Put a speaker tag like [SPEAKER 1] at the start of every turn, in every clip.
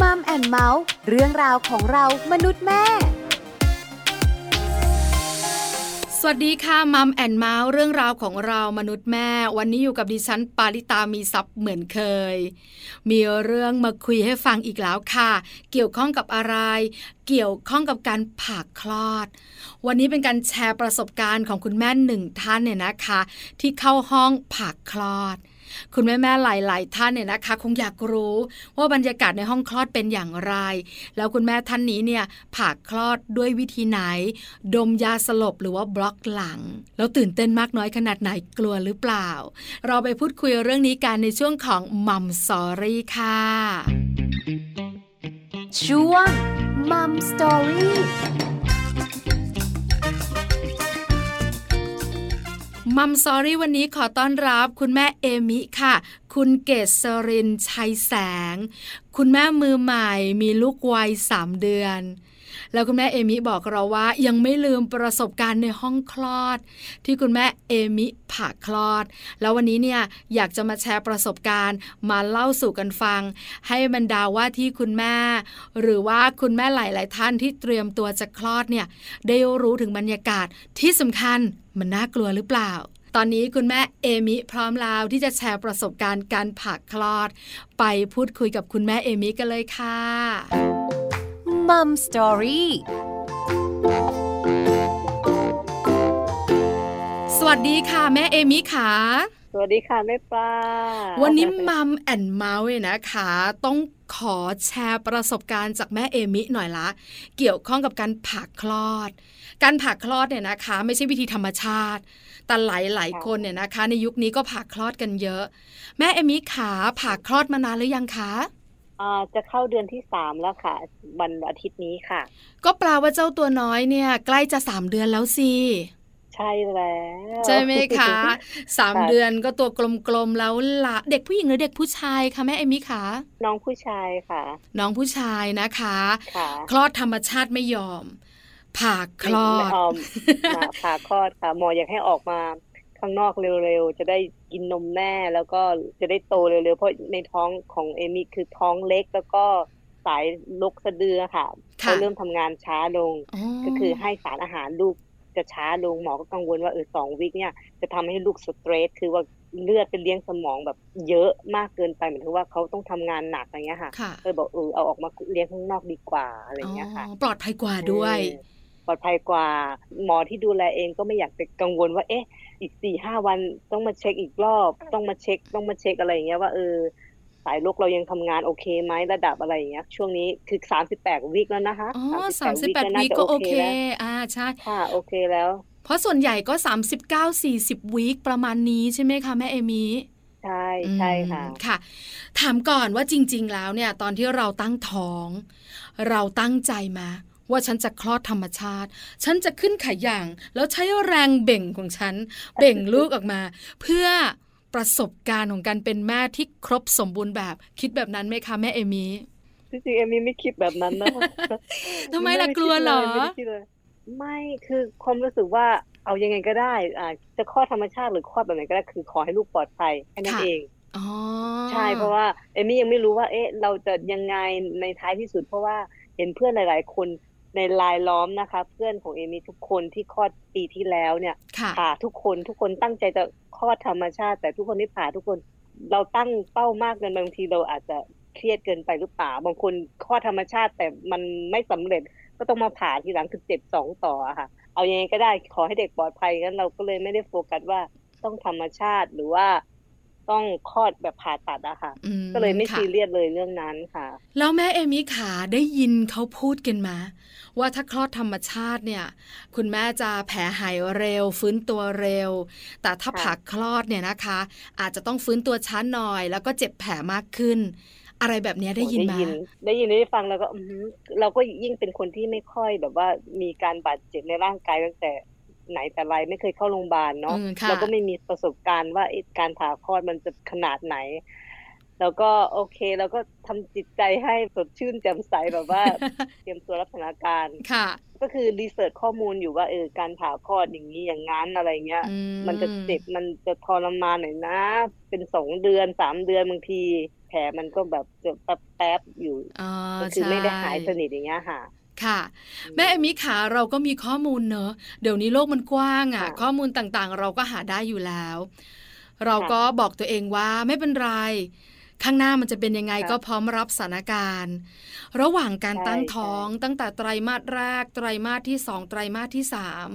[SPEAKER 1] มัมแอนเมาส์เรื่องราวของเรามนุษย์แม่
[SPEAKER 2] สวัสดีค่ะมัมแอนเมาส์เรื่องราวของเรามนุษย์แม่ วันนี้อยู่กับดิฉันปาริตามีซับเหมือนเคย มีเรื่องมาคุยให้ฟังอีกแล้วค่ะ เกี่ยวข้องกับอะไร เกี่ยวข้องกับการผ่าคลอด วันนี้เป็นการแชร์ประสบการณ์ของคุณแม่หนึ่งท่านเนี่ยนะคะ ที่เข้าห้องผ่าคลอด คุณแม่แม่ๆหลาย ๆ ท่านเนี่ยนะคะ คงอยากรู้ว่าบรรยากาศในห้องคลอดเป็นอย่างไร แล้วคุณแม่ท่านนี้เนี่ยผ่าคลอดด้วยวิธีไหน ดมยาสลบหรือว่าบล็อกหลัง แล้วตื่นเต้นมากน้อยขนาดไหนกลัวหรือเปล่า เราไปพูดคุยเรื่องนี้กันในช่วงของมัมสอรี่ค่ะ
[SPEAKER 1] ช่วงมัมสตอรี่
[SPEAKER 2] มัมซอรี่วันนี้ขอต้อนรับคุณแม่เอมิค่ะ คุณเกษรินชัยแสง คุณแม่มือใหม่มีลูกวัยสามเดือน แล้วคุณแม่เอมิบอกเราว่า ยังไม่ลืมประสบการณ์ในห้องคลอด ที่คุณแม่เอมิผ่าคลอด แล้ววันนี้เนี่ยอยากจะมาแชร์ประสบการณ์มาเล่าสู่กันฟัง ให้บรรดาว่าที่คุณแม่ หรือว่าคุณแม่หลาย ๆ ท่านที่เตรียมตัวจะคลอดเนี่ย ได้รู้ถึงบรรยากาศที่สำคัญมันน่ากลัวหรือเปล่า ตอนนี้คุณแม่เอมิพร้อมแล้วที่จะแชร์ประสบการณ์การผ่าคลอด ไปพูดคุยกับคุณแม่เอมิกันเลยค่ะ
[SPEAKER 1] มัมสตอรี่
[SPEAKER 2] สวัสดีค่ะแม่เอมิค่ะ
[SPEAKER 3] สวัสดีค่ะแม่ปลา
[SPEAKER 2] วันนี้มัมแอนเมาส์เนี่ยนะคะ ต้องขอแชร์ประสบการณ์จากแม่เอมิหน่อยละ เกี่ยวข้องกับการผ่าคลอด การผ่าคลอดเนี่ยนะคะ ไม่ใช่วิธีธรรมชาติ แต่หลายหลายๆคนเนี่ยนะคะ ในยุคนี้ก็ผ่าคลอดกันเยอะ แม่เอมิขาผ่าคลอดมานานหรือยังคะ
[SPEAKER 3] อ่าจะเข้าเดือนที่สามแล้วค่ะ วันอาทิตย์นี้ค่ะ
[SPEAKER 2] ก็แปลว่าเจ้าตัวน้อยเนี่ย ใกล้จะสามเดือนแล้วสิ
[SPEAKER 3] ใช่แล้ว
[SPEAKER 2] ใช่ไหม คะสามเดือนก็ตัวกลมๆแล้วละเด็กผู้หญิงหรือเด็กผู้ชายคะแม่เอมิคะ
[SPEAKER 3] น้องผู้ชายค่ะ
[SPEAKER 2] น้องผู้ชายนะคะ
[SPEAKER 3] ค่ะ
[SPEAKER 2] คลอดธรรมชาติไม่ยอม ผ่าคลอด
[SPEAKER 3] เมมาผ่าคลอดค่ะ หมออยากให้ออกมาข้างนอกเร็วๆ จะได้กินนมแม่แล้วก็จะได้โตเร็วๆ เพราะในท้องของเอมี่คือท้องเล็กแล้วก็สายลกสะดือค่ะ
[SPEAKER 2] ค่ะ
[SPEAKER 3] เขาเริ่มทำงานช้าลง
[SPEAKER 2] อ๋อ
[SPEAKER 3] ก็คือให้สารอาหารลูกจะช้าลงหมอก็กังวลว่าเออสองวิกเนี่ยจะทำให้ลูกสเตรสคือว่าเลือดไปเลี้ยงสมองแบบเยอะมากเกินไปเหมือนที่ว่าเขาต้องทำงานหนักอะไรเงี้ยค่ะ
[SPEAKER 2] ค่ะ
[SPEAKER 3] เออบอกเออเอาออกมาเลี้ยงข้างนอกดีกว่าอะไรเงี้ยค่ะ
[SPEAKER 2] อ๋อปลอดภัยกว่าด้วย
[SPEAKER 3] เออปลอดภัยกว่า หมอที่ดูแลเองก็ไม่อยากไปกังวลว่าเอ๊ะ อีกสี่ห้าวันต้องมาเช็คอีกรอบ ต้องมาเช็คต้องมาเช็คอะไรอย่างเงี้ยว่าเออสายลูกเรายังทำงานโอเคไหมระดับอะไรอย่างเงี้ย ช่วงนี้คือสามสิบแปดวิกแล้วนะคะ
[SPEAKER 2] อ๋อสาม
[SPEAKER 3] 38
[SPEAKER 2] สิบแปด
[SPEAKER 3] น่า
[SPEAKER 2] วี
[SPEAKER 3] จะ
[SPEAKER 2] ก็โอเค
[SPEAKER 3] แล้ว
[SPEAKER 2] อ่าใช่
[SPEAKER 3] ค่ะโอเคแล้ว
[SPEAKER 2] เพราะส่วนใหญ่ก็ 39 40วีคประมาณนี้ใช่ไหมคะแม่เอมิ
[SPEAKER 3] ใช่ใช่ค่ะ
[SPEAKER 2] อืมค่ะ ถามก่อนว่าจริง ๆ แล้วเนี่ย ตอนที่เราตั้งท้อง เราตั้งใจมาว่าฉันจะคลอดธรรมชาติ ฉันจะขึ้นขายอย่าง แล้วใช้แรงเบ่งของฉัน เบ่งลูกออกมา เพื่อประสบการณ์ของการเป็นแม่ที่ครบสมบูรณ์แบบ คิดแบบนั้นไหมคะแม่เอมิ
[SPEAKER 3] ที่จริงเอมมี่ไม่คิดแบบนั้นนะ
[SPEAKER 2] ทำไมล่ะกลัวเหรอ
[SPEAKER 3] ไม่ได้คิดเลยไม่คือความรู้สึกว่าเอายังไงก็ได้อ่าจะคลอดธรรมชาติหรือคลอดแบบไหนก็ได้คือขอให้ลูกปลอดภัยแค่นั้น
[SPEAKER 2] ค่ะ
[SPEAKER 3] เอง
[SPEAKER 2] อ๋อ
[SPEAKER 3] ใช่เพราะว่าเอมมี่ยังไม่รู้ว่าเอ๊ะเราจะยังไงในท้ายที่สุด เพราะว่าเห็นเพื่อนหลาย ๆ คนในลายล้อมนะคะ เพื่อนของเอมมี่ทุกคนที่คลอดปีที่แล้วเนี่ย
[SPEAKER 2] ค่ะ
[SPEAKER 3] ผ่าทุกคนทุกคนตั้งใจจะคลอดธรรมชาติ แต่ทุกคนที่ผ่าทุกคนเราตั้งเป้ามากเกินไปบางทีเราอาจจะเครียดเกินไปหรือเปล่าบางคนคลอดธรรมชาติ แต่มันไม่สำเร็จก็ต้องมาผ่าทีหลังคือเจ็บสองต่ออะค่ะ เอายังไงก็ได้ขอให้เด็กปลอดภัยงั้นเราก็เลยไม่ได้โฟกัสว่าต้องธรรมชาติหรือว่าต้องคลอดแบบผ่าตัดอะค่ะ
[SPEAKER 2] อื
[SPEAKER 3] ก็เลยไม่
[SPEAKER 2] ค่ะ
[SPEAKER 3] ซีเรียสเลยเรื่องนั้นค่ะ
[SPEAKER 2] แล้วแม่เอมิขาได้ยินเขาพูดกันมา ว่าถ้าคลอดธรรมชาติเนี่ย คุณแม่จะแผลหายเร็ว ฟื้นตัวเร็ว แต่ถ้า
[SPEAKER 3] ค่ะ
[SPEAKER 2] ผ่าคลอดเนี่ยนะคะ อาจจะต้องฟื้นตัวช้าหน่อย แล้วก็เจ็บแผลมากขึ้น อะไรแบบเนี้ยได้ยิน
[SPEAKER 3] โอ้
[SPEAKER 2] มา
[SPEAKER 3] ได้ยินได้ฟังแล้วก็อื้อหือเราก็ยิ่งเป็นคนที่ไม่ค่อยแบบว่ามีการบาดเจ็บในร่างกายตั้งแต่ไหนแต่ไรไม่เคยเข้าโรงพยาบาลเนาะ
[SPEAKER 2] อืมค่ะ
[SPEAKER 3] เราก็ไม่มีประสบการณ์ว่าไอ้การผ่าคลอดมันจะขนาดไหน แล้วก็โอเคแล้วก็ทำจิตใจให้สดชื่นแจ่มใสแบบ ว่า เตรียมตัวรับสถานการณ์
[SPEAKER 2] ค่ะ
[SPEAKER 3] ก็คือรีเสิร์ชข้อมูลอยู่ว่าเออการผ่าคลอดอย่างนี้อย่างนั้นอะไรเงี้ย
[SPEAKER 2] อื
[SPEAKER 3] มันจะเจ็บมันจะทรมานหน่อยนะ เป็นสองเดือนสามเดือนบางที แผลมันก็แบบจะแป๊บๆอยู่
[SPEAKER 2] อ๋อ
[SPEAKER 3] ก็คือไม่ได้หายส
[SPEAKER 2] ใช่
[SPEAKER 3] นิทอย่างเงี้ยค่ะ
[SPEAKER 2] ค่ะ แม่เอมิขาเราก็มีข้อมูลเนอะเดี๋ยวนี้โลกมันกว้างอะ่ะ
[SPEAKER 3] ค่ะ
[SPEAKER 2] ข้อมูลต่างๆ เราก็หาได้อยู่แล้ว เรา
[SPEAKER 3] ค่ะ
[SPEAKER 2] ก็บอกตัวเองว่าไม่เป็นไร ข้างหน้ามันจะเป็นยังไง
[SPEAKER 3] ค่ะ
[SPEAKER 2] ก็พร้อมรับสถานการณ์ ระหว่างการ
[SPEAKER 3] ใช่
[SPEAKER 2] ตั้งท้อง ตั้งแต่ไตรมาสแรก ไตรมาสที่สองไตรมาสที่สาม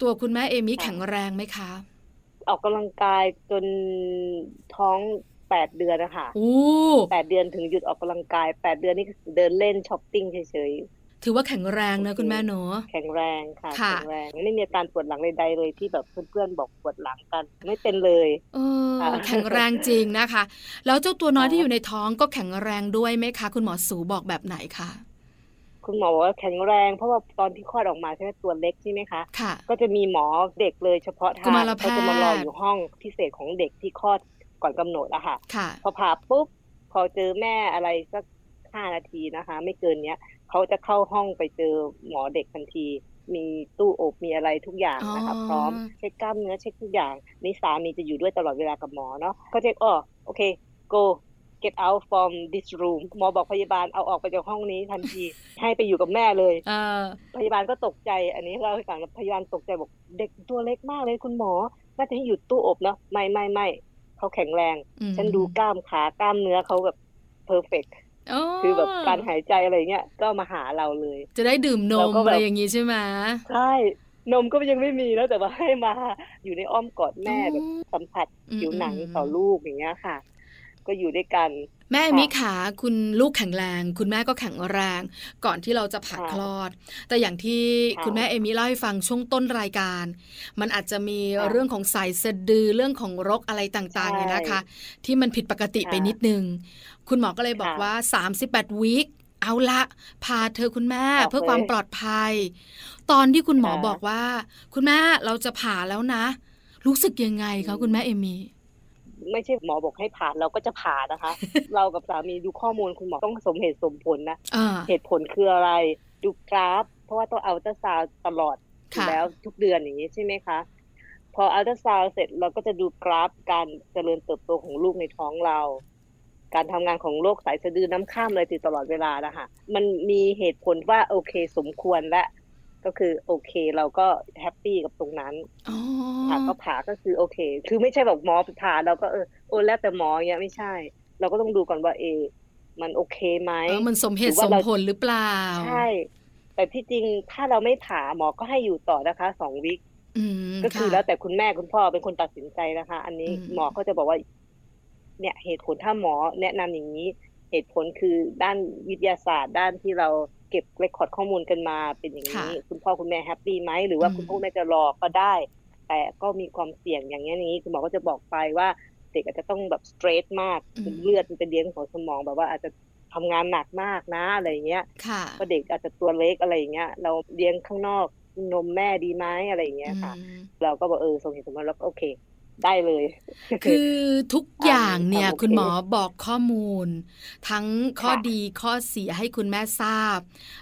[SPEAKER 2] ตัวคุณแม่เอมิ
[SPEAKER 3] ค่ะ
[SPEAKER 2] แข็งแรงไหมคะ
[SPEAKER 3] ออกกำลังกายจนท้องแปดเดือนนะคะ
[SPEAKER 2] อู้
[SPEAKER 3] แปดเดือนถึงหยุดออกกำลังกายแปดเดือนนี่คือเดินเล่นช้อปปิ้งเฉย
[SPEAKER 2] ถือว่าแข็งแรงเนอะคุณแม่เนอะ
[SPEAKER 3] ๆแข็งแรงค่ะ
[SPEAKER 2] ค่ะ
[SPEAKER 3] แข็งแรงไม่มีอาการปวดหลังใดๆเลยที่แบบเพื่อนๆบอกปวดหลังกัน ไม่เป็นเลย
[SPEAKER 2] เออ
[SPEAKER 3] ค่ะ
[SPEAKER 2] แข็งแรงจริงนะคะ แล้วเจ้าตัวน้อย
[SPEAKER 3] ค่ะ
[SPEAKER 2] ที่อยู่ในท้องก็แข็งแรงด้วยไหมคะ คุณหมอสูบอกแบบไหนคะ
[SPEAKER 3] คุณหมอบอกว่าแข็งแรงเพราะว่าตอนที่คลอดออกมาใช่ไหมตัวเล็กใช่ไหมคะ
[SPEAKER 2] ค่ะ
[SPEAKER 3] ก็จะมีหมอเด็กเลยเฉพาะทา
[SPEAKER 2] กุ
[SPEAKER 3] ง
[SPEAKER 2] มารแพทย์
[SPEAKER 3] เขาจะมารออยู่ห้องพิเศษของเด็กที่คลอดก่อนกำหนดอะค่ะ
[SPEAKER 2] ค่ะ
[SPEAKER 3] พอผ่าปุ๊บพอเจอแม่อะไรสักห้านาทีนะคะ ไม่เกินเนี้ยเขาจะเข้าห้องไปเจอหมอเด็กทันที มีตู้อบมีอะไรทุกอย่างนะคะ
[SPEAKER 2] อ๋อ
[SPEAKER 3] พร้อมเช็คกล้ามเนื้อเช็คทุกอย่างนี่สามีจะอยู่ด้วยตลอดเวลากับหมอเนาะเขาเช็คอ๋อโอเค go get out from this room หมอบอกพยาบาลเอาออกไปจากห้องนี้ทันที ให้ไปอยู่กับแม่เลย
[SPEAKER 2] เออ
[SPEAKER 3] พยาบาลก็ตกใจ อันนี้เล่าให้ฟังนะพยาบาลตกใจบอกเด็กตัวเล็กมากเลยคุณหมอน่าจะให้อยู่ตู้อบเนาะไม่ไม่ไม่เขาแข็งแรง
[SPEAKER 2] อืม
[SPEAKER 3] ฉันดูกล้ามขากล้ามเนื้อเขาแบบเพอร์เฟก
[SPEAKER 2] โอ้
[SPEAKER 3] คือแบบการหายใจอะไรเงี้ยก็มาหาเราเลย
[SPEAKER 2] จะได้ดื่มน
[SPEAKER 3] เรา
[SPEAKER 2] ม
[SPEAKER 3] ก็แบบ
[SPEAKER 2] อะไรอย่างงี้ใช่ไหม
[SPEAKER 3] ใช่นมก็ยังไม่มีแล้วแต่ว่าให้มาอยู่ในอ้อมกอดแม่แบบสัมผัสผิวหนังต่อลูกอย่างเงี้ยค่ะ ก็อยู่ด้วยกัน
[SPEAKER 2] แม่มิขาคุณลูกแข็งแรง คุณแม่ก็แข็งแรง ก่อนที่เราจะผ่า
[SPEAKER 3] ค่ะ
[SPEAKER 2] คลอด แต่อย่างที่
[SPEAKER 3] ค่ะ
[SPEAKER 2] คุณแม่เอมิเล่าให้ฟังช่วงต้นรายการ มันอาจจะมี
[SPEAKER 3] ค่ะ
[SPEAKER 2] เรื่องของสายสะดือเรื่องของรกอะไรต่างๆเนี่ยนะคะ ที่มันผิดปกติ
[SPEAKER 3] ค่ะ
[SPEAKER 2] ไปนิดนึง คุณหมอก็เลยบอก
[SPEAKER 3] ค่ะ
[SPEAKER 2] ว่า 38วีคเอาละพาเธอคุณแม่
[SPEAKER 3] ออก
[SPEAKER 2] เพื่อความ
[SPEAKER 3] เลย
[SPEAKER 2] ปลอดภัย ตอนที่คุณหมอ
[SPEAKER 3] ค่ะ
[SPEAKER 2] บอกว่า คุณแม่เราจะผ่าแล้วนะ รู้สึกยังไงคะคุณแม่เอมี่
[SPEAKER 3] ไม่ใช่หมอบอกให้ผ่านเราก็จะผ่าน นะคะ เรากับสามีดูข้อมูลคุณหมอต้องสมเหตุสมผลนะ
[SPEAKER 2] อ่า
[SPEAKER 3] เหตุผลคืออะไรดูกราฟ เพราะว่าต้องเอาอัลตราซาวด์ตลอดอยู่
[SPEAKER 2] ค่ะ
[SPEAKER 3] แล้วทุกเดือนอย่างนี้ใช่ไหมคะ พออัลตราซาวด์เสร็จเราก็จะดูกราฟการเจริญเติบโตของลูกในท้องเรา การทำงานของโรคสายสะดือน้ำข้ามเลยติดตลอดเวลานะคะมันมีเหตุผลว่าโอเคสมควรและก็คือโอเคเราก็แฮปปี้กับตรงนั้น
[SPEAKER 2] อ๋อ
[SPEAKER 3] ผ่าก็ผ่าก็คือโอเค คือไม่ใช่แบบหมอผ่าเราก็เออโอ้แล้วแต่หมออย่างเงี้ยไม่ใช่ เราก็ต้องดูก่อนว่าเออมันโอเคไหม
[SPEAKER 2] เออมันสมเหตุ
[SPEAKER 3] หรือ
[SPEAKER 2] ส
[SPEAKER 3] ว่าม เรา
[SPEAKER 2] ผลหรือเปล่า
[SPEAKER 3] ใช่ แต่ที่จริงถ้าเราไม่ผ่าหมอก็ให้อยู่ต่อนะคะสองวิค
[SPEAKER 2] อืม
[SPEAKER 3] ก็คือะ แล้วแต่คุณแม่คุณพ่อเป็นคนตัดสินใจนะคะ อันนี้
[SPEAKER 2] อืม
[SPEAKER 3] หมอก็จะบอกว่า เนี่ยเหตุผลถ้าหมอแนะนำอย่างนี้ เหตุผลคือด้านวิทยาศาสตร์ ด้านที่เราเก็บเรคคอร์ดข้อมูลกันมาเป็นอย่างนี้ คุณพ่อคุณแม่แฮปปี้ไหมหรือว่าคุณพ่อคุณแม่จะรอก็ได้ แต่ก็มีความเสี่ยงอย่างนี้ยอย่างนี้คุณหมอก็จะบอกไปว่า เด็กอาจจะต้องแบบสเตรทมาก
[SPEAKER 2] อืม
[SPEAKER 3] เลือดมันไปเลี้ยงของสมองแบบว่าอาจจะทำงานหนักมากนะอะไรอย่างเงี้ย
[SPEAKER 2] ค่ะ
[SPEAKER 3] เพราะเด็กอาจจะตัวเล็กอะไรอย่างเงี้ยเราเลี้ยงข้างนอกนมแม่ดีไหมอะไรอย่างเงี้ยค่ะ
[SPEAKER 2] อืม
[SPEAKER 3] เราก็บอกเออสมเหตุสมผลแล้วก็โอเค ได้เลย
[SPEAKER 2] คือทุกอย่างเนี่ย
[SPEAKER 3] ตามโอเค
[SPEAKER 2] คุณหมอบอกข้อมูล ทั้งข้อ
[SPEAKER 3] ค่ะ
[SPEAKER 2] ดีข้อเสียให้คุณแม่ทราบ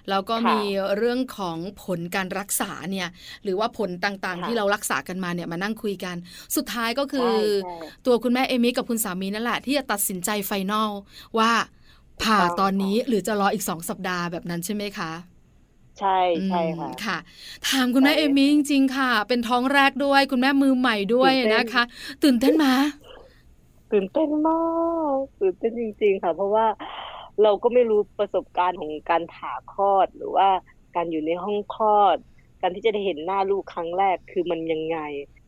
[SPEAKER 2] แล้วก็
[SPEAKER 3] ค่ะ
[SPEAKER 2] มีเรื่องของผลการรักษาเนี่ย หรือว่าผลต่างๆ
[SPEAKER 3] ค่ะ
[SPEAKER 2] ที่เรารักษากันมาเนี่ยมานั่งคุยกัน สุดท้ายก็คือ
[SPEAKER 3] ใช่
[SPEAKER 2] ตัวคุณแม่เอมิกับคุณสามีนั่นแหละ ที่จะตัดสินใจไฟนอลว่าผ่า
[SPEAKER 3] ถูกต้อง
[SPEAKER 2] ตอนนี้หรือจะรออีกสองสัปดาห์แบบนั้นใช่ไหมคะ
[SPEAKER 3] ใช่ใช่
[SPEAKER 2] อื
[SPEAKER 3] ค่ะ
[SPEAKER 2] มค่ะ ถามคุณแม่
[SPEAKER 3] ใช่
[SPEAKER 2] เอมี่จริง ๆ ค่ะ เป็นท้องแรกด้วย คุณแม่มือใหม่ด้วย
[SPEAKER 3] ตื่นเต้น
[SPEAKER 2] นะคะ ตื่นเต้นไหมา
[SPEAKER 3] ตื่นเต้นมากตื่นเต้นจริง ๆ ค่ะ เพราะว่าเราก็ไม่รู้ประสบการณ์ของการผ่าคลอดหรือว่าการอยู่ในห้องคลอด การที่จะได้เห็นหน้าลูกครั้งแรกคือมันยังไง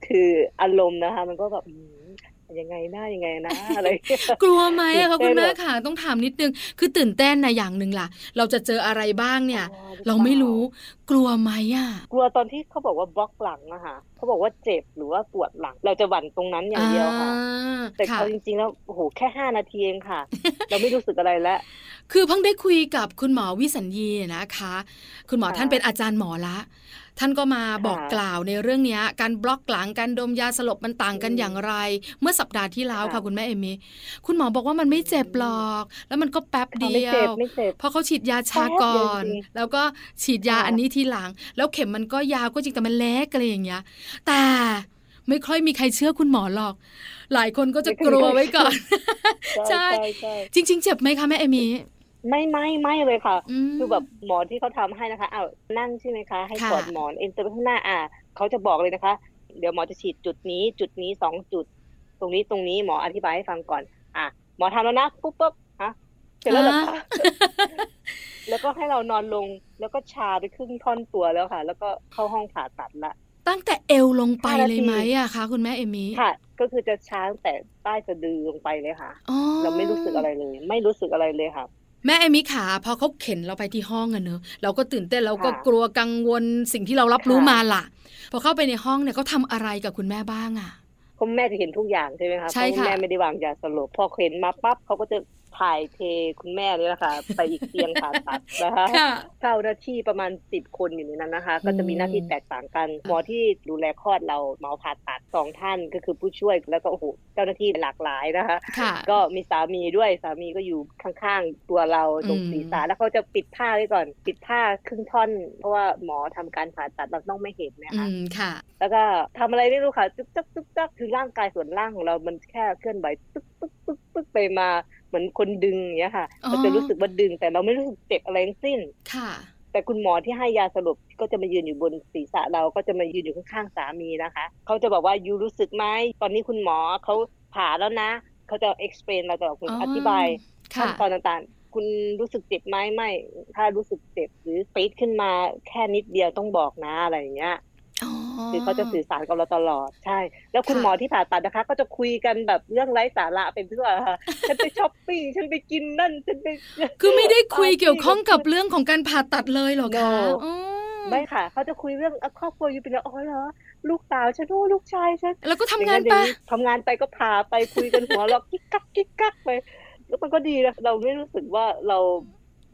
[SPEAKER 3] คืออารมณ์นะคะ มันก็แบบอืมยังไงหน้ายังไงนะอะไรอย่างเงี้ย
[SPEAKER 2] กลัวไหมอะคะ
[SPEAKER 3] ตื่
[SPEAKER 2] คุ
[SPEAKER 3] นเต้น
[SPEAKER 2] ณแม่ค่ะต้องถามนิดนึง คือตื่นเต้นนะอย่างหนึ่งล่ะ เราจะเจออะไรบ้างเนี่ย
[SPEAKER 3] อ๋อหอ
[SPEAKER 2] เราไม่
[SPEAKER 3] ปล่
[SPEAKER 2] รู้ กลัวไหมอ่ะ
[SPEAKER 3] กลัวตอนที่เขาบอกว่าบล็อกหลังอะค่ะเขาบอกว่าเจ็บหรือว่าปวดหลัง เราจะหวั่นตรงนั้นอย่างเดียวค่ะ
[SPEAKER 2] อ่า
[SPEAKER 3] แต่
[SPEAKER 2] ค่ะ
[SPEAKER 3] เอาจริงๆแล้วโอ้โหแค่ห้านาทีเองค่ะ เราไม่รู้สึกอะไรแล้ว
[SPEAKER 2] คือเพิ่งได้คุยกับคุณหมอวิสัญญีนะคะ คุณหมอ
[SPEAKER 3] ค่ะ
[SPEAKER 2] ท่านเป็นอาจารย์หมอละ ท่านก็มาบอก
[SPEAKER 3] ค่ะ
[SPEAKER 2] กล่าวในเรื่องเนี้ย การบล็อกหลังการดมยาสลบมันต่างกัน
[SPEAKER 3] อืม
[SPEAKER 2] อย่างไร เมื่อสัปดาห์ที่แล้วค่ะ
[SPEAKER 3] ค่ะ
[SPEAKER 2] คุณแม่เอมี่คุณหมอบอกว่ามันไม่เจ็บหรอก แล้วมันก็แป๊บเดี
[SPEAKER 3] ไม่
[SPEAKER 2] ย
[SPEAKER 3] เจ็บ
[SPEAKER 2] ว
[SPEAKER 3] ไม่เจ็บ
[SPEAKER 2] เพราะเขาฉีดยาชาก่อน
[SPEAKER 3] แป๊บเดียวจริง
[SPEAKER 2] แล้วก็ฉีดยา
[SPEAKER 3] ค่ะ
[SPEAKER 2] อันนี้ทีหลัง แล้วเข็มมันก็ยาวก็จริงแต่มันเล็กอะไรอย่างเงี้ย แต่ไม่ค่อยมีใครเชื่อคุณหมอหรอก หลายคนก็จะ
[SPEAKER 3] ไม่
[SPEAKER 2] ก
[SPEAKER 3] ค่อยมี
[SPEAKER 2] ลัวไว้
[SPEAKER 3] ใคร
[SPEAKER 2] ก่อน ใช่
[SPEAKER 3] ใช่ใช่
[SPEAKER 2] จริง ๆ เจ็บไหมคะแม่เอมี่
[SPEAKER 3] ไม่ไม่ไม่เลยค่ะ
[SPEAKER 2] อืม
[SPEAKER 3] คือแบบหมอนที่เขาทำให้นะคะอ้าวนั่งใช่ไหมคะ ให้
[SPEAKER 2] ค่ะ
[SPEAKER 3] กอดหมอนเอ็นตัวไปข้างหน้าอ่าเขาจะบอกเลยนะคะ เดี๋ยวหมอจะฉีดจุดนี้จุดนี้สองจุด ตรงนี้ตรงนี้หมออธิบายให้ฟังก่อน อ่ะหมอทำแล้วนะปุ๊บปุ๊บฮะเสร็จแล้วเหรอ
[SPEAKER 2] อ่า
[SPEAKER 3] คะ แล้วก็ให้เรานอนลงแล้วก็ชาไปครึ่งท่อนตัวแล้วค่ะ แล้วก็เข้าห้องผ่าตัดละ
[SPEAKER 2] ตั้งแต่เอวลงไป
[SPEAKER 3] ห้านาที
[SPEAKER 2] เลยไหมอะคะคุณแม่เอมี่
[SPEAKER 3] ค่ะ ก็คือจะช้าตั้งแต่ใต้สะดือลงไปเลยค่ะ
[SPEAKER 2] อ๋อ
[SPEAKER 3] เราไม่รู้สึกอะไรเลย ไม่รู้สึกอะไรเลยค่ะ
[SPEAKER 2] แม่เอมี่ขาพอเขาเข็นเราไปที่ห้องอะเนอะเราก็ตื่นเต้นเราก็
[SPEAKER 3] ค่ะ
[SPEAKER 2] กลัวกังวลสิ่งที่เรารับรู้
[SPEAKER 3] ค่ะ
[SPEAKER 2] มาล่ะ พอเข้าไปในห้องเนี่ยเขาทำอะไรกับคุณแม่บ้างอะ
[SPEAKER 3] คุณแม่จะเห็นทุกอย่างใช่ไหมคะ
[SPEAKER 2] ใช่
[SPEAKER 3] เพราะณ
[SPEAKER 2] ค่ะ
[SPEAKER 3] แม่ไม่ได้วางยาสลบพอเข็นมาปั๊บเขาก็จะถ่ายเทคุณแม่เลยนะคะ ไปอีกเตียงผ่าตัดนะคะ
[SPEAKER 2] ค่ะ
[SPEAKER 3] เจ้าหน้าที่ประมาณสิบคนอยู่ในนั้นนะคะ ก็จะมีหน้าที่แตกต่างกัน หมอที่ดูแลคลอดเราหมอผ่าตัดสองท่านก็คือผู้ช่วยแล้วก็โอ้โหเจ้าหน้าที่หลากหลายนะคะ
[SPEAKER 2] ค่ะ
[SPEAKER 3] ก็มีสามีด้วยสามีก็อยู่ข้างๆตัวเราตรง
[SPEAKER 2] อืม
[SPEAKER 3] ศีรษะแล้วเขาจะปิดผ้าไว้ก่อน ปิดผ้าครึ่งท่อน เพราะว่าหมอทำการผ่าตัดเราต้องไม่เห็นนะ
[SPEAKER 2] อื
[SPEAKER 3] คะ
[SPEAKER 2] มค่ะ
[SPEAKER 3] แล้วก็ทำอะไรไม่รู้ค่ะจุ๊กจักจุ๊กจักคือร่างกายส่วนล่างของเรามันแค่เคลื่อนไหวปึ๊กปึ๊กปึ๊กปึ๊กไปมาเหมือนคนดึงอย่างเงี้ยค่ะ
[SPEAKER 2] อ๋อ
[SPEAKER 3] เราจะรู้สึกว่าดึงแต่เราไม่รู้สึกเจ็บอะไรทั้งสิ้น
[SPEAKER 2] ค่ะ
[SPEAKER 3] แต่คุณหมอที่ให้ยาสลบก็จะมายืนอยู่บนศีรษะเราก็จะมายืนอยู่ข้างๆสามีนะคะเขาจะบอกว่ายูรู้สึกไหมตอนนี้คุณหมอเขาผ่าแล้วนะเขาจะ explain เราตลอดคุณอธิบาย ขั้
[SPEAKER 2] ค่ะ
[SPEAKER 3] นตอนต่างๆ คุณรู้สึกเจ็บไหมไม่ ถ้ารู้สึกเจ็บหรือปีดขึ้นมาแค่นิดเดียวต้องบอกนะอะไรอย่างเงี้ย คือเขาจะสื่อสารกับเราตลอดใช่ แล้วคุณ
[SPEAKER 2] ค่ะ
[SPEAKER 3] หมอที่ผ่าตัดนะคะ ก็จะคุยกันแบบเรื่องไร้สาระเป็นเพื่อค่ะ ฉันไปช้อปปิ้งฉันไปกินนั่นฉัน ไป
[SPEAKER 2] คือไม่ได้คุยเกี่ยวข้องกับ
[SPEAKER 3] ปาร์ตี้
[SPEAKER 2] เรื่องของการผ่าตัดเลยเหรอคะ
[SPEAKER 3] No
[SPEAKER 2] อ๋อ
[SPEAKER 3] ไม่ค่ะเขาจะคุยเรื่องอ่ะครอบครัวอยู่เป็นไงอ๋อเหรอลูกสาวฉันโอ้ลูกชายฉัน
[SPEAKER 2] แล้วก็ทำงาน
[SPEAKER 3] อย่
[SPEAKER 2] ปะ
[SPEAKER 3] อย่ทำงานไปก็พาไปคุยกันหัวเราะ กิ๊กกักกิ๊กกักไปแล้วมันก็ดีนะเราไม่รู้สึกว่าเรา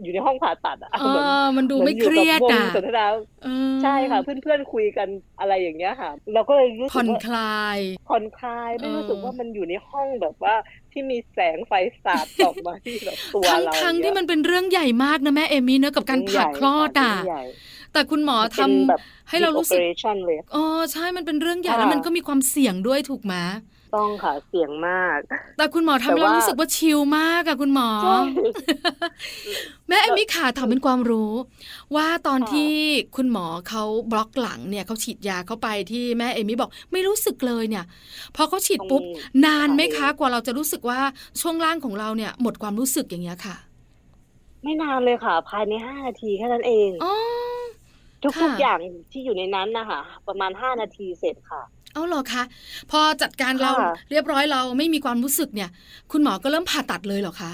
[SPEAKER 3] อยู่ในห้องผ่าตัดอะ
[SPEAKER 2] เอ
[SPEAKER 3] เหมือน
[SPEAKER 2] อมันดู
[SPEAKER 3] ห
[SPEAKER 2] ไม่
[SPEAKER 3] อ
[SPEAKER 2] เครียด
[SPEAKER 3] กับว
[SPEAKER 2] อ่ะ
[SPEAKER 3] งสนทนา
[SPEAKER 2] เออ
[SPEAKER 3] ใช่ค่ะเพื่อนๆคุยกันอะไรอย่างเงี้ยค่ะ เราก็เลยรู้สึ
[SPEAKER 2] ผ่อก น
[SPEAKER 3] ว่า
[SPEAKER 2] คลาย
[SPEAKER 3] ผ่อนคลายไม่
[SPEAKER 2] เออ
[SPEAKER 3] รู้สึกว่ามันอยู่ในห้องแบบว่าที่มีแสงไฟสาดออกมาที่แบบตัว
[SPEAKER 2] ทั้ง
[SPEAKER 3] เรา
[SPEAKER 2] ทั้ง
[SPEAKER 3] เย
[SPEAKER 2] ที่มันเป็นเรื่องใหญ่มากนะแม่เอมี่เนอะกับการผ่าคลอดอ่ะ
[SPEAKER 3] เรื่องใหญ่
[SPEAKER 2] แต่คุณหมอทำ
[SPEAKER 3] เป็นแบบ
[SPEAKER 2] ให้เรารู้สึก
[SPEAKER 3] operation เลย
[SPEAKER 2] อ๋อใช่มันเป็นเรื่องใหญ่
[SPEAKER 3] ค่ะ
[SPEAKER 2] แล้วมันก็มีความเสี่ยงด้วยถูกไหม
[SPEAKER 3] ต้องค่ะเสี่ยงมาก
[SPEAKER 2] แต่คุณหมอทำ
[SPEAKER 3] แต่
[SPEAKER 2] ให้เรา
[SPEAKER 3] ว่า
[SPEAKER 2] รู้สึกว่าชิลมากอะคุณหมอ
[SPEAKER 3] ใช่
[SPEAKER 2] แม่เอมมี่ค่ะถามเป็นความรู้ ว่าตอน
[SPEAKER 3] ค่ะ
[SPEAKER 2] ที่คุณหมอเขาบล็อกหลังเนี่ยเขาฉีดยาเข้าไปที่แม่เอมมี่บอก ไม่รู้สึกเลยเนี่ย พอเขาฉีดปุ๊บ
[SPEAKER 3] อืม
[SPEAKER 2] นานไหมคะ
[SPEAKER 3] ค่ะ
[SPEAKER 2] กว่าเราจะรู้สึกว่าช่วงล่างของเราเนี่ย หมดความรู้สึกอย่างเงี้ยค่ะ
[SPEAKER 3] ไม่นานเลยค่ะ ภายในห้านาทีแค่นั้นเอง
[SPEAKER 2] อ๋อ
[SPEAKER 3] ทุก
[SPEAKER 2] ค่ะ
[SPEAKER 3] ทุกอย่างที่อยู่ในนั้นนะคะประมาณห้านาทีเสร็จค่ะ
[SPEAKER 2] เอาเหรอคะพอจัดการเรา
[SPEAKER 3] ค่ะ
[SPEAKER 2] เรียบร้อยเราไม่มีความรู้สึกเนี่ย คุณหมอก็เริ่มผ่าตัดเลยเหรอคะ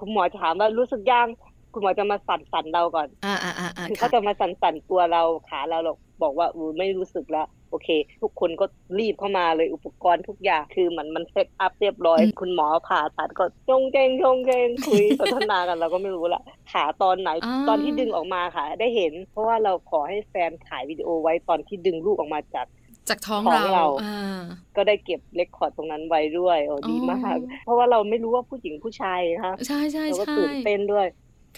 [SPEAKER 3] คุณหมอถามว่ารู้สึกยังคุณหมอจะมาสั่นสั่นๆเราก่อน
[SPEAKER 2] อ่าอ่าอ่าอ่า
[SPEAKER 3] คือเขา
[SPEAKER 2] ค่ะ
[SPEAKER 3] จะมาสั่นๆตัวเราขาเราหรอกบอกว่าอูไม่รู้สึกแล้วโอเค ทุกคนก็รีบเข้ามาเลยอุปกรณ์ทุกอย่างคือเหมันมันเซตอัพเรียบร้อย คุณหมอผ่าตัดก็จงเจงจงเจงคุย สนทนากันเราก็ไม่รู้ละขาตอนไหน
[SPEAKER 2] า
[SPEAKER 3] ตอนที่ดึงออกมาค่ะ ได้เห็น เพราะว่าเราขอให้แฟนถ่ายวิดีโอไว้ตอนที่ดึงลูกออกมาจาก
[SPEAKER 2] จากท้อง
[SPEAKER 3] ของ
[SPEAKER 2] เรา
[SPEAKER 3] เรา
[SPEAKER 2] อ่า
[SPEAKER 3] ก็ได้เก็บเรคคอร์ดตรงนั้นไว้ด้วยโอ้ดีมาก
[SPEAKER 2] อ๋อ
[SPEAKER 3] เพราะว่าเราไม่รู้ว่าผู้หญิงผู้ชายนะคะ
[SPEAKER 2] ใช่ใช่
[SPEAKER 3] เราก็
[SPEAKER 2] ใช่
[SPEAKER 3] ตื่นเต้นด้วย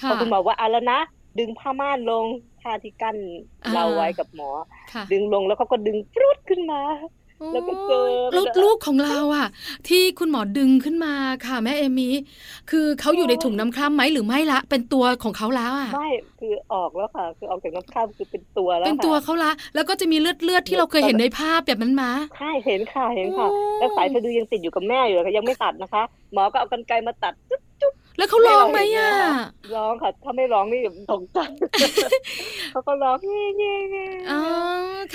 [SPEAKER 2] ค่ะ
[SPEAKER 3] พอคุณหมอว่าเอาแล้วนะ ดึงผ้าม่านลงผ้าที่กั้น
[SPEAKER 2] อ่า
[SPEAKER 3] เราไว้กับหมอ
[SPEAKER 2] ค่ะ
[SPEAKER 3] ดึงลงแล้วเขาก็ดึงปรุดขึ้นมา แล้วก็เจอ
[SPEAKER 2] โยแล้วลูกของเราอะที่คุณหมอดึงขึ้นมาค่ะแม่เอมี่คือเขาอยู่ในถุงน้ำคร่ำไหมหรือไม่ละเป็นตัวของเขาแล้วอะ
[SPEAKER 3] ไม่คือออกแล้วค่ะ คือออกจากน้ำข้ามคือเป็นตัวแล้ว
[SPEAKER 2] เป็น
[SPEAKER 3] ค่ะ
[SPEAKER 2] ตัวเขาละ แล้วก็จะมีเลือดเลือดๆที่เราเคยเห็นในภาพแบบนั้นมา
[SPEAKER 3] ใช่เห็นค่ะเห็นค่ะ
[SPEAKER 2] โอ้
[SPEAKER 3] แล้วสายสะดือยังติดอยู่กับแม่อยู่เลยค่ะยังไม่ตัดนะคะ หมอก็เอากรรไกรมาตัดจุ๊บจุ๊บ
[SPEAKER 2] แล้วเขาร้องไหมอะ
[SPEAKER 3] ร้องค่ะ ถ้าไม่ร้องนี่ตก ใจ เขาก็ร้องเย่เย่เย่
[SPEAKER 2] อ๋อ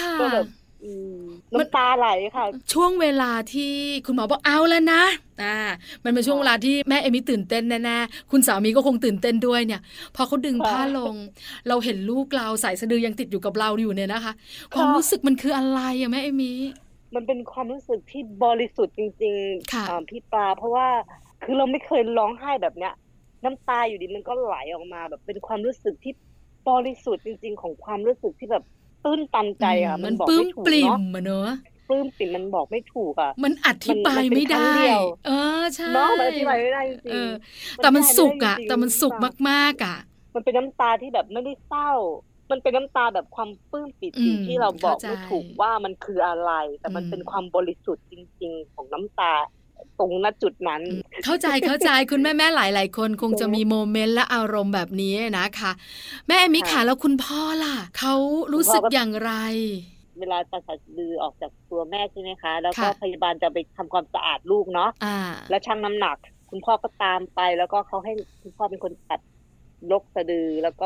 [SPEAKER 2] ค่ะ
[SPEAKER 3] ก็แบบอืมน้ำตาไหลค่ะ
[SPEAKER 2] ช่วงเวลาที่คุณหมอบอกเอาแล้วนะอ่ามันเป็นช่วงเวลาที่แม่เอมี่ตื่นเต้นแน่ๆคุณสามีก็คงตื่นเต้นด้วยเนี่ย พอเขาดึงผ้าลง เราเห็นลูกเราสายสะดือยังติดอยู่กับเราอยู่เนี่ยนะคะ ความรู้สึกมันคืออะไรอะแม่เอมี่
[SPEAKER 3] มันเป็นความรู้สึกที่บริสุทธิ์จริง
[SPEAKER 2] ค่ะ
[SPEAKER 3] ๆอ่าพี่ปลาเพราะว่าคือเราไม่เคยร้องไห้แบบเนี้ย น้ำตาอยู่ดีมันก็ไหลออกมา แบบเป็นความรู้สึกที่บริสุทธิ์จริง ๆ ของความรู้สึกที่แบบตื้นตันใจอ่ะ
[SPEAKER 2] อื
[SPEAKER 3] มั
[SPEAKER 2] มัน น
[SPEAKER 3] บอก
[SPEAKER 2] ปลื้ม
[SPEAKER 3] ไม่ถูก
[SPEAKER 2] ปลิ่ม
[SPEAKER 3] เนาะ
[SPEAKER 2] อะเนอะ
[SPEAKER 3] ปลื้มปิ่มมันบอกไม่ถูกอ่ะ
[SPEAKER 2] มันอธิบายไม่
[SPEAKER 3] มันเป็นค
[SPEAKER 2] ได้
[SPEAKER 3] รั้งเดียว
[SPEAKER 2] เออใช่
[SPEAKER 3] เนาะมันอธิบายไม่ได้จริ
[SPEAKER 2] เองอ
[SPEAKER 3] ๆ
[SPEAKER 2] แต่มันสุกอะ
[SPEAKER 3] ธิบายไม่ได้จริงๆ
[SPEAKER 2] แต่มันสุก
[SPEAKER 3] พี่ปา
[SPEAKER 2] มากๆอะ
[SPEAKER 3] มันเป็นน้ำตาที่แบบไม่ได้เศร้า มันเป็นน้ำตาแบบความปลื้มปิติ
[SPEAKER 2] อืม
[SPEAKER 3] ที่เราบอก
[SPEAKER 2] เข้าใจ
[SPEAKER 3] ไม่ถูกว่ามันคืออะไร แต่มัน
[SPEAKER 2] อืม
[SPEAKER 3] เป็นความบริสุทธิ์จริง ๆ ของน้ำตา ตรงณจุดนั้น
[SPEAKER 2] เข้าใจเข้าใจคุณแม่แม่ๆหลาย ๆ คนคงจะมีโมเมนต์และอารมณ์แบบนี้นะคะ แม่เอมิค่ะ
[SPEAKER 3] ค่ะ
[SPEAKER 2] แล้วคุณพ่อล่ะเขารู้สึกอย่างไร
[SPEAKER 3] เวลาตัดสายสะดือออกจากตัวแม่ใช่ไหมคะ แล้วก็
[SPEAKER 2] ค่ะ
[SPEAKER 3] พยาบาลจะไปทำความสะอาดลูกเนาะ
[SPEAKER 2] อ่า
[SPEAKER 3] แล้วชั่งน้ำหนัก คุณพ่อก็ตามไป แล้วก็เขาให้คุณพ่อเป็นคนตัดลกสะดือ แล้วก็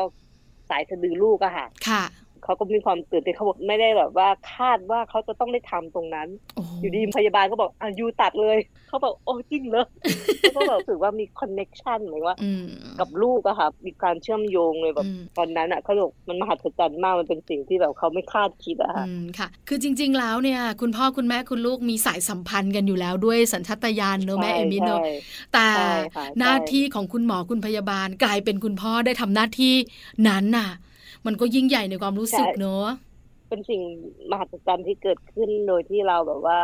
[SPEAKER 3] สายสะดือลูกอะค่ะ
[SPEAKER 2] ค่ะ
[SPEAKER 3] เขาก็มีความตื่นเต้นเขาบอกไม่ได้แบบว่าคาดว่าเขาจะต้องได้ทำตรงนั้น
[SPEAKER 2] โอ้โห
[SPEAKER 3] อยู่ดีพยาบาลก็บอกอ่ะยูตัดเลย เขาบอกโอ้จริงเหรอ เขาก็แบบรู้สึกว่ามีคอนเน็ชันหมายว่า
[SPEAKER 2] อืม
[SPEAKER 3] กับลูกอะค่ะ มีการเชื่อมโยงเลยแบบ
[SPEAKER 2] อืม
[SPEAKER 3] ตอนนั้นอะเขาบอกมันมหัศจรรย์มากมันเป็นสิ่งที่แบบเขาไม่คาดคิดอะค่ะ
[SPEAKER 2] อืมค่ะ คือจริง ๆ แล้วเนี่ย คุณพ่อคุณแม่คุณลูกมีสายสัมพันธ์กันอยู่แล้วด้วยสัญชาตญาณเนอะแม่เอมิเนอะ แต่
[SPEAKER 3] ใช่ค่ะ
[SPEAKER 2] หน้า
[SPEAKER 3] ใช่
[SPEAKER 2] ที่ของคุณหมอคุณพยาบาลกลายเป็นคุณพ่อได้ทำหน้าที่นั้นน่ะ มันก็ยิ่งใหญ่ในความรู้สึกเนอะ
[SPEAKER 3] เป็นสิ่งมหัศจรรย์ที่เกิดขึ้นโดยที่เราแบบว่า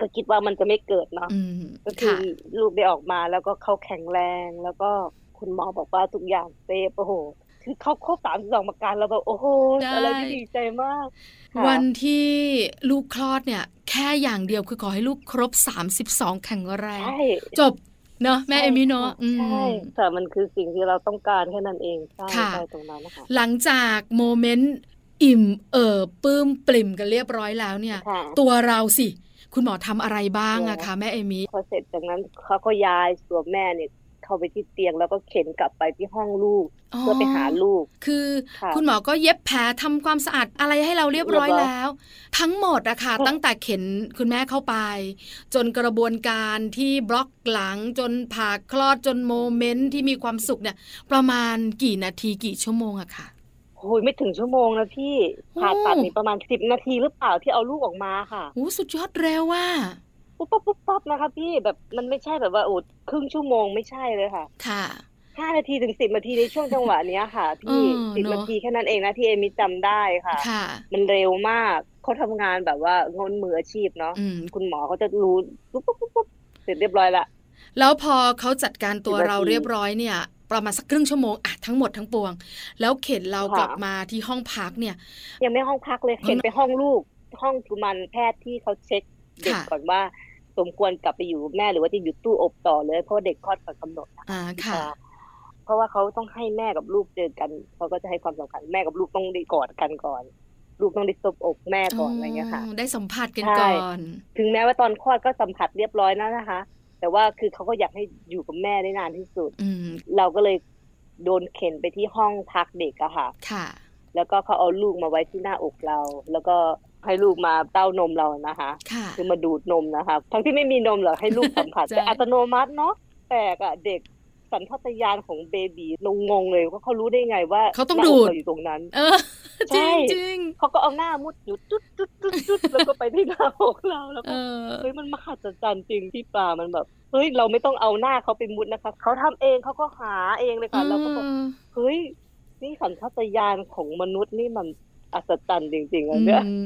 [SPEAKER 3] ก็คิดว่ามันจะไม่เกิดเนาะ
[SPEAKER 2] อืม
[SPEAKER 3] ก็คื
[SPEAKER 2] ค่ะ
[SPEAKER 3] อลูกได้ออกมาแล้วก็เขาแข็งแรง แล้วก็คุณหมอบอกว่าทุกอย่างเซฟโอ้โห คือเขาครบสามสิบสองประการเราแบบโอ้โห
[SPEAKER 2] ได้
[SPEAKER 3] อะไรที่ดีใจมากค่ะ
[SPEAKER 2] วันที่ลูกคลอดเนี่ย แค่อย่างเดียวคือขอให้ลูกครบ 32 แข็งแรง
[SPEAKER 3] ใช่
[SPEAKER 2] จบเนอะแม่
[SPEAKER 3] ใช่
[SPEAKER 2] เอมิเนอะ
[SPEAKER 3] ค่
[SPEAKER 2] อืม
[SPEAKER 3] ใช่แต่มันคือสิ่งที่เราต้องการแค่นั้นเองใช่
[SPEAKER 2] ค่ะ
[SPEAKER 3] ใช่ตรงนั้นนะคะ
[SPEAKER 2] หลังจากโมเมนต์อิ่มเอิบปลื้มปลิ่มกันเรียบร้อยแล้วเนี่ย
[SPEAKER 3] ค่ะ
[SPEAKER 2] ตัวเราสิ คุณหมอทำอะไรบ้างอะ
[SPEAKER 3] ตัว
[SPEAKER 2] คะแม่เอมิ
[SPEAKER 3] พอเสร็จจากนั้นเขาก็ย้ายตัวแม่เนี่ย เข้าไปที่เตียงแล้วก็เข็นกลับไปที่ห้องลูก เพื่อไปหาลูก
[SPEAKER 2] คือ
[SPEAKER 3] ค่ะ
[SPEAKER 2] คุณหมอก็เย็บแผลทำความสะอาดอะไรให้เราเรียบร้อย
[SPEAKER 3] เรียบร้อย
[SPEAKER 2] แล้ว ทั้งหมดอะค่ะ
[SPEAKER 3] ค่ะ
[SPEAKER 2] ตั้งแต่เข็นคุณแม่เข้าไป จนกระบวนการที่บล็อกหลังจนผ่าคลอดจนโมเมนต์ที่มีความสุขเนี่ย ประมาณกี่นาทีกี่ชั่วโมงอะค่ะ
[SPEAKER 3] โอ้ยไม่ถึงชั่วโมงนะพี่ผ่าตัดนี่ประมาณสิบนาทีหรือเปล่าที่เอาลูกออกมาค่ะ
[SPEAKER 2] โอ้สุดยอดเร็วว่ะ
[SPEAKER 3] ปุ๊บปั๊บปุ๊บปั๊บนะคะ พี่แบบมันไม่ใช่แบบว่าโอ้ครึ่งชั่วโมงไม่ใช่เลยค่ะ
[SPEAKER 2] ค่ะ
[SPEAKER 3] ห้านาทีถึงสิบนาทีในช่วงจังหวะเนี้ยค่ะ พี่
[SPEAKER 2] เออ
[SPEAKER 3] สิบ
[SPEAKER 2] เนอะ
[SPEAKER 3] นาทีแค่นั้นเองนะที่เอมิจำได้ค่ะ
[SPEAKER 2] ค่ะ
[SPEAKER 3] มันเร็วมากเขาทำงานแบบว่างนมืออาชีพเนาะ
[SPEAKER 2] อืม
[SPEAKER 3] คุณหมอเขาจะรู้ปุ๊บปุ๊บปุ๊บปุ๊บเสร็จเรียบร้อยละ
[SPEAKER 2] แล้วพอเขาจัดการตัว
[SPEAKER 3] สิบนาที
[SPEAKER 2] เราเรียบร้อยเนี่ย ประมาณสักครึ่งชั่วโมงอะทั้งหมดทั้งปวง แล้วเข็นเรา
[SPEAKER 3] ค่ะ
[SPEAKER 2] กลับมาที่ห้องพักเนี่ย
[SPEAKER 3] ยังไม่ห้องพักเลยเห็นไปห้องลูก ห้องกุมันแพทย์ที่เขาเช็คเด็ก
[SPEAKER 2] ค่ะ
[SPEAKER 3] ก่อนว่า สมควรกลับไปอยู่แม่หรือว่าจะอยู่ตู้อบต่อเลยเพราะว่าเด็กคลอดก่อนกำหนดนะ
[SPEAKER 2] อ่าค่ะ
[SPEAKER 3] เพราะว่าเขาต้องให้แม่กับลูกเจอกันเขาก็จะให้ความสำคัญแม่กับลูกต้องได้กอดกันก่อน ลูกต้องได้ซบอกแม่ก่อนอะไรเงี้ยค่ะ
[SPEAKER 2] ได้สัมผัสกัน
[SPEAKER 3] ใช่
[SPEAKER 2] ก่อน
[SPEAKER 3] ถึงแม้ว่าตอนคลอดก็สัมผัสเรียบร้อยแล้วนะคะ แต่ว่าคือเขาก็อยากให้อยู่กับแม่ได้นานที่สุด
[SPEAKER 2] อืม
[SPEAKER 3] เราก็เลยโดนเข็นไปที่ห้องพักเด็กอะค่ะ
[SPEAKER 2] ค่ะ
[SPEAKER 3] แล้วก็เขาเอาลูกมาไว้ที่หน้าอกเรา แล้วก็ให้ลูกมาเต้านมเรานะคะ
[SPEAKER 2] ค่ะ
[SPEAKER 3] คือมาดูดนมนะคะ ทั้งที่ไม่มีนมเหรอให้ลูกสัมผัส
[SPEAKER 2] ใช่
[SPEAKER 3] แต่อัตโนมัติเนาะแปลกอะเด็กสัญชาตญาณของเบบีงงๆเลยว่าเขารู้ได้ไงว่า
[SPEAKER 2] เขาต้อง
[SPEAKER 3] หน้ก
[SPEAKER 2] ดูด
[SPEAKER 3] เราอยู่ตรงนั้น
[SPEAKER 2] เออ
[SPEAKER 3] ใช่
[SPEAKER 2] จริงจริง
[SPEAKER 3] เขาก็เอาหน้ามุดอยู่จุดจุดจุดจุด แล้วก็ไปที่หน้าอกเราแล้ว
[SPEAKER 2] เอ
[SPEAKER 3] ก็
[SPEAKER 2] อ
[SPEAKER 3] เฮ้ยมันมหัศจรรย์จริงที่ปลามันแบบเฮ้ยเราไม่ต้องเอาหน้าเขาไปมุดนะคะเขาทำเองเขาก็หาเองเลยค่ะแล้วก็บอก เฮ้ย นี่สัญชาตญาณของมนุษย์นี่มันอัศจรรย์จริงๆอันเนี้ย
[SPEAKER 2] อืม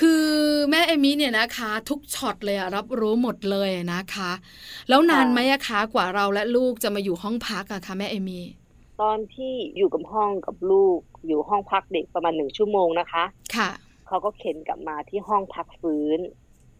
[SPEAKER 2] คือแม่เอมิเนี่ยนะคะ ทุกช็อตเลยอะรับรู้หมดเลยนะคะ แล้วนาน
[SPEAKER 3] ค่ะ
[SPEAKER 2] ไหมอะคะกว่าเราและลูกจะมาอยู่ห้องพักอะคะแม่เอมิ
[SPEAKER 3] ตอนที่อยู่กับห้องกับลูกอยู่ห้องพักเด็กประมาณหนึ่งชั่วโมงนะคะ
[SPEAKER 2] ค่ะ
[SPEAKER 3] เขาก็เข็นกลับมาที่ห้องพักฟื้น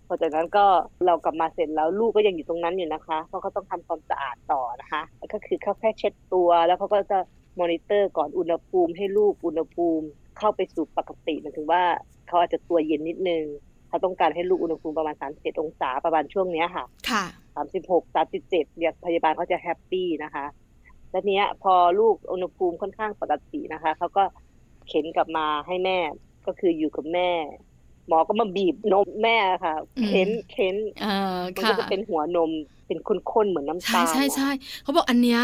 [SPEAKER 3] พอจากนั้นก็เรากลับมาเสร็จแล้วลูกก็ยังอยู่ตรงนั้นอยู่นะคะ เพราะเขาต้องทำความสะอาดต่อนะคะก็คือเขาแค่เช็ดตัว แล้วเขาก็จะมอนิเตอร์ก่อนอุณหภูมิให้ลูกอุณหภูมิ เข้าไปสู่ปกติหมายถึงว่าเขาอาจจะตัวเย็นนิดนึงเขาต้องการให้ลูกอุณหภูมิประมาณ37องศาประมาณช่วงเนี้ยค่ะ
[SPEAKER 2] ค่ะ
[SPEAKER 3] สามสิบหกสามสิบเจ็ดเนี่ยพยาบาลเขาจะแฮปปี้นะคะ แล้วเนี้ยพอลูกอุณหภูมิค่อนข้างปกตินะคะ เขาก็เข็นกลับมาให้แม่ก็คืออยู่กับแม่ หมอก็มาบีบนมแม่ค่ะ
[SPEAKER 2] อืม
[SPEAKER 3] เข็นเข็น
[SPEAKER 2] เออ
[SPEAKER 3] มัน
[SPEAKER 2] ค่ะ
[SPEAKER 3] ก็จะเป็นหัวนมเป็นข้นๆเหมือนน้ำ
[SPEAKER 2] ใช่
[SPEAKER 3] ตาล
[SPEAKER 2] ใช่
[SPEAKER 3] อะ
[SPEAKER 2] ใช่เขาบอกอันเนี้ย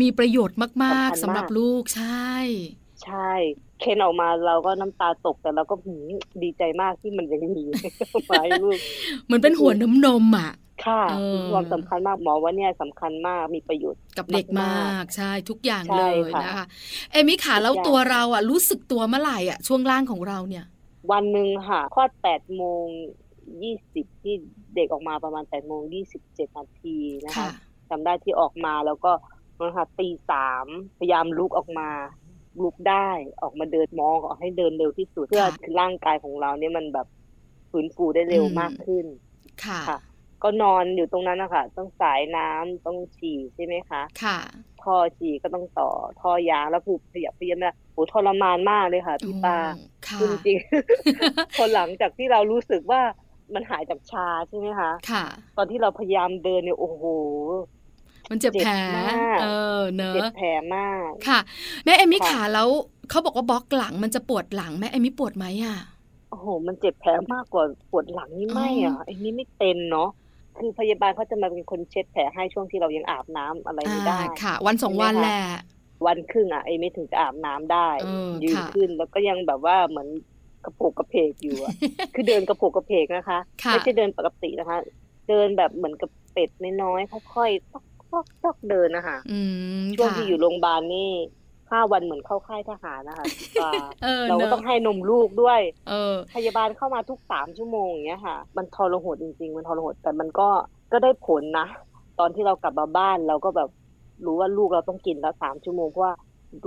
[SPEAKER 2] มีประโยชน์มาก
[SPEAKER 3] สำคัญมาก
[SPEAKER 2] ๆสำหรับลูกใช่
[SPEAKER 3] ใช่ เค้นออกมาเราก็น้ำตาตกแต่เราก็หืมดีใจมากที่มันยังมี มาให้ลูก
[SPEAKER 2] เหมือนเป็นหัวน้ำนมอ่ะ
[SPEAKER 3] ค่ะ
[SPEAKER 2] เออ
[SPEAKER 3] ความสำคัญมากหมอว่าเนี่ยสำคัญมากมีประโยชน์
[SPEAKER 2] กับเด็กมาม
[SPEAKER 3] าก ก
[SPEAKER 2] ใช่ทุกอย่าง
[SPEAKER 3] ใช่
[SPEAKER 2] เลย
[SPEAKER 3] ค่ะ
[SPEAKER 2] นะคะ เอมิขาแล้ว
[SPEAKER 3] ทุกอย่าง
[SPEAKER 2] ตัวเราอ่ะ รู้สึกตัวเมื่อไหร่อ่ะ ช่วงล่างของเราเนี่ย
[SPEAKER 3] วันหนึ่งค่ะคลอดแปดโมงยี่สิบที่เด็กออกมาประมาณแปดโมงยี่สิบเจ็ดนาทีนะ
[SPEAKER 2] ค่ะ
[SPEAKER 3] คะจำได้ที่ออกมาแล้วก็นะคะตีสามพยายามลุกออกมาลุกได้ออกมาเดินมองออกให้เดินเร็วที่สุด เพื่อร่างกายของเราเนี่ยมันแบบฟื้นฟูได้เร็ว
[SPEAKER 2] อืม
[SPEAKER 3] มากขึ้น
[SPEAKER 2] ค่ะ
[SPEAKER 3] ค่ะ ก็นอนอยู่ตรงนั้นนะคะต้องสายน้ำต้องฉี่ใช่ไหมคะ
[SPEAKER 2] ค่ะ
[SPEAKER 3] ท่อฉี่ก็ต้องต่อท่อยางแล้วคือขยับขยับไม่ได้โหทรมานมากเลยค่ะพี่ปา
[SPEAKER 2] ค่ะ
[SPEAKER 3] จริงจริง ๆ พอหลังจากที่เรารู้สึกว่ามันหายจากชาใช่ไหมคะ
[SPEAKER 2] ค่ะ
[SPEAKER 3] ตอนที่เราพยายามเดินเนี่ยโอ้โห
[SPEAKER 2] มันเจ็บแผล
[SPEAKER 3] เจ็บมาก
[SPEAKER 2] เออเนอะ
[SPEAKER 3] เจ็บแผลมาก
[SPEAKER 2] ค่ะ แม่เอมิ
[SPEAKER 3] ค่ะ
[SPEAKER 2] ขาแล้วเขาบอกว่าบล็อกหลังมันจะปวดหลังแม่เอมิปวดไหมอ่ะ
[SPEAKER 3] โอ้โห มันเจ็บแผลมากกว่าปวดหลังนี่ไม่
[SPEAKER 2] อ๋
[SPEAKER 3] อ่ะ
[SPEAKER 2] อ
[SPEAKER 3] ไอ้นี่ไม่เป็นเนาะคือพยาบาลเขาจะมาเป็นคนเช็ดแผลให้ช่วงที่เรายังอาบน้ำอะไร
[SPEAKER 2] อ่า
[SPEAKER 3] ไม่ได้
[SPEAKER 2] ค่ะ วันสอง
[SPEAKER 3] ใช่ไหมคะ
[SPEAKER 2] วันแหละ
[SPEAKER 3] วันครึ่งอ่ะไอ้ไม่ถึงจะอาบน้ำได้
[SPEAKER 2] เออ
[SPEAKER 3] ยืน
[SPEAKER 2] ค่ะ
[SPEAKER 3] ขึ้นแล้วก็ยังแบบว่าเหมือนกระโผกกระเพกอยู่ อ่ะ คือเดินกระโผกกระเพกนะคะ
[SPEAKER 2] ค่ะ
[SPEAKER 3] ไม่ใช่เดินปกตินะคะ เดินแบบเหมือนกับเป็ดน้อยๆค่อยๆตอกตอกตอกเดินนะคะ
[SPEAKER 2] อืม
[SPEAKER 3] ช่วง
[SPEAKER 2] ค่ะ
[SPEAKER 3] ที่อยู่โรงพยาบาลนี่ห้าวันเหมือนเข้าค่ายทหารนะคะอ่า
[SPEAKER 2] เออ
[SPEAKER 3] เรา
[SPEAKER 2] เน
[SPEAKER 3] ก็ต้
[SPEAKER 2] อะ
[SPEAKER 3] องให้นมลูกด้วย
[SPEAKER 2] เออ
[SPEAKER 3] พยาบาลเข้ามาทุกสามชั่วโมงอย่างเงี้ยค่ะ มันทรหดจริงๆ มันทรหดแต่มันก็ก็ได้ผลนะ ตอนที่เรากลับมาบ้านเราก็แบบรู้ว่าลูกเราต้องกินแล้วสามชั่วโมงเพราะว่า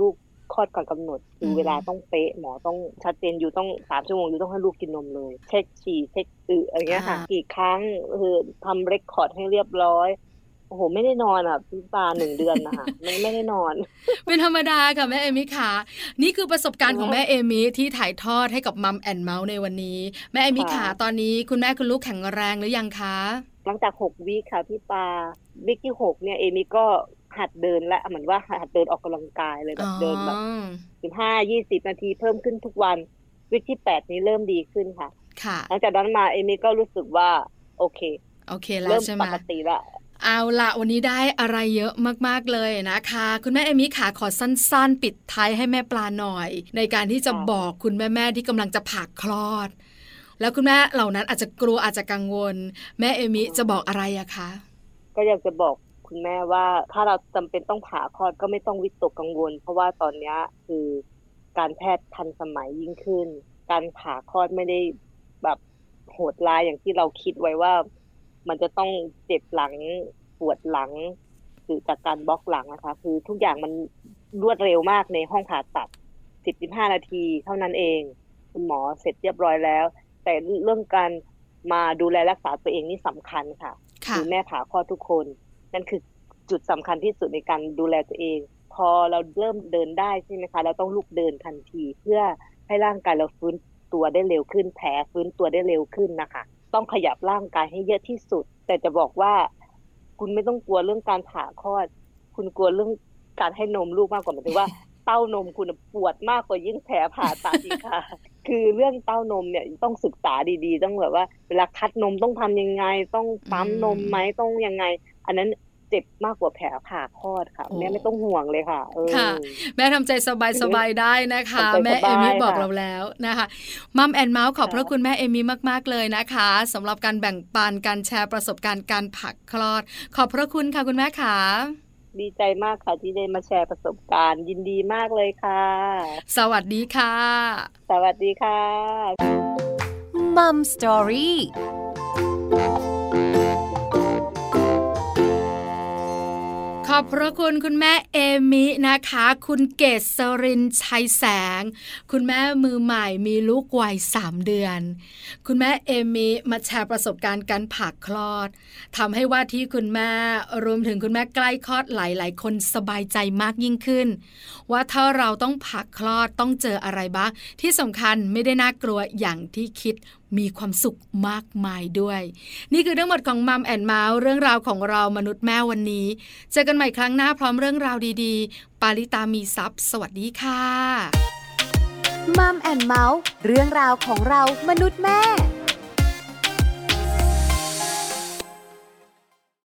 [SPEAKER 3] ลูกคลอดก่อนกำหนดคือ
[SPEAKER 2] ม
[SPEAKER 3] เวลาต้องเป๊ะหมอต้องชัดเจนอยู่ต้องสามชั่วโมงอยู่ต้องให้ลูกกินนมเลย เช็คฉี่เช็คอึอะไรเงี้ยค่ะกี่ครั้งคือทำเรคคอร์ดให้เรียบร้อยโอ้โหไม่ได้นอนอ่ะพี่ปาหนึ่งเดือนนะคะไม่ไม่ได้นอน
[SPEAKER 2] เป็นธรรมดาค่ะแม่เอมิค่ะ นี่คือประสบการณ์ของแม่เอมิที่ถ่ายทอดให้กับมัมแอนเมาส์ในวันนี้ แม่เอมิค่ะ
[SPEAKER 3] ค่ะ
[SPEAKER 2] ตอนนี้คุณแม่คุณลูกแข็งแรงหรือยังคะ
[SPEAKER 3] หลังจากหกวีคค่ะพี่ปาวิกที่หกเนี่ยเอมิก็หัดเดินและเหมือนว่าหัดเดินออกกำลังกายเลยแบบเดินแบบ
[SPEAKER 2] อ๋อ
[SPEAKER 3] สิบห้ายี่สิบนาทีเพิ่มขึ้นทุกวันวิกที่แปดนี้เริ่มดีขึ้นค่ะ
[SPEAKER 2] ค่ะ
[SPEAKER 3] หลังจากนั้นมาเอมิก็รู้สึกว่าโอเค
[SPEAKER 2] โอเคแล้
[SPEAKER 3] เริ่
[SPEAKER 2] ว
[SPEAKER 3] ม
[SPEAKER 2] ใช่ไหม
[SPEAKER 3] ปกติละ
[SPEAKER 2] เอาละวันนี้ได้อะไรเยอะมากๆเลยนะคะ คุณแม่เอมิค่ะขอสั้นๆ ปิดท้ายให้แม่ปลาหน่อย ในการที่จะบอกคุณแม่ๆที่กำลังจะผ่าคลอด แล้วคุณแม่เหล่านั้นอาจจะกลัวอาจจะกังวล แม่เอมิจะบอกอะไรอะคะ
[SPEAKER 3] ก็อยากจะบอกคุณแม่ว่า ถ้าเราจำเป็นต้องผ่าคลอดก็ไม่ต้องวิตกกังวล เพราะว่าตอนเนี้ยคือการแพทย์ทันสมัยยิ่งขึ้น การผ่าคลอดไม่ได้แบบโหดร้ายอย่างที่เราคิดไว้ว่า มันจะต้องเจ็บหลังปวดหลังคือจากการบล็อกหลังนะคะ คือทุกอย่างมันรวดเร็วมากในห้องผ่าตัดสิบสิบห้านาทีเท่านั้นเอง คุณหมอเสร็จเรียบร้อยแล้ว แต่เรื่องการมาดูแลรักษาตัวเองนี่สำคัญค่ะ ห
[SPEAKER 2] ค่ะ
[SPEAKER 3] รือแม่ผ่าคลอดทุกคน นั่นคือจุดสำคัญที่สุดในการดูแลตัวเอง พอเราเริ่มเดินได้ใช่ไหมคะ เราต้องลุกเดินทันที เพื่อให้ร่างกายเราฟื้นตัวได้เร็วขึ้นแผลฟื้นตัวได้เร็วขึ้นนะคะ ต้องขยับร่างกายให้เยอะที่สุด แต่จะบอกว่า คุณไม่ต้องกลัวเรื่องการผ่าคลอด คุณกลัวเรื่องการให้นมลูกมากกว่าหมายถึ งว่า เต้านมคุณน่ะปวดมากกว่ายิ่งแผลผ่าตัดอีกค่ะ คือเรื่องเต้านมเนี่ยต้องศึกษาดีๆ ต้องแบบว่า เวลาคัดนมต้องทำยังไง ต้องปั๊มนมไหมต้องยังไง อันนั้นเจ็บมากกว่าแผลผ่าคลอดค่ะ
[SPEAKER 2] โอ้
[SPEAKER 3] แม่ไม่ต้องห่วงเลยค่ะเออ
[SPEAKER 2] ค่ะ แม่ทำใจสบายๆได้นะคะ
[SPEAKER 3] ทำใจสบาย
[SPEAKER 2] แม่เอมี่
[SPEAKER 3] ค่ะ
[SPEAKER 2] บอกเราแล้วนะคะมัมแอนเมาส์ขอบ
[SPEAKER 3] ค่ะ
[SPEAKER 2] พระคุณแม่เอมี่มากๆเลยนะคะสำหรับการแบ่งปันการแชร์ประสบการณ์การผักคลอด ขอบพระคุณค่ะคุณแม่ค่ะ
[SPEAKER 3] ดีใจมากค่ะที่ได้มาแชร์ประสบการณ์ ยินดีมากเลยค่ะ
[SPEAKER 2] สวัสดีค่ะ
[SPEAKER 3] สวัสดีค่ะ
[SPEAKER 1] มัมสตอรี่
[SPEAKER 2] ขอบพระคุณคุณแม่เอมินะคะ คุณเกษรินชัยแสง คุณแม่มือใหม่มีลูกวัยสามเดือน คุณแม่เอมิมาแชร์ประสบการณ์การผ่าคลอดทำให้ว่าที่คุณแม่รวมถึงคุณแม่ใกล้คลอดหลาย ๆ คนสบายใจมากยิ่งขึ้น ว่าถ้าเราต้องผ่าคลอดต้องเจออะไรบ้าง ที่สำคัญไม่ได้น่ากลัวอย่างที่คิดมีความสุขมากมายด้วย นี่คือทั้งหมดของมัมแอนเมาส์เรื่องราวของเรามนุษย์แม่วันนี้ เจอกันใหม่ครั้งหน้าพร้อมเรื่องราวดีๆ ปาริตามีซัพย์ สวัสดีค่ะ
[SPEAKER 1] มัมแอนเมาส์เรื่องราวของเรามนุษย์แม่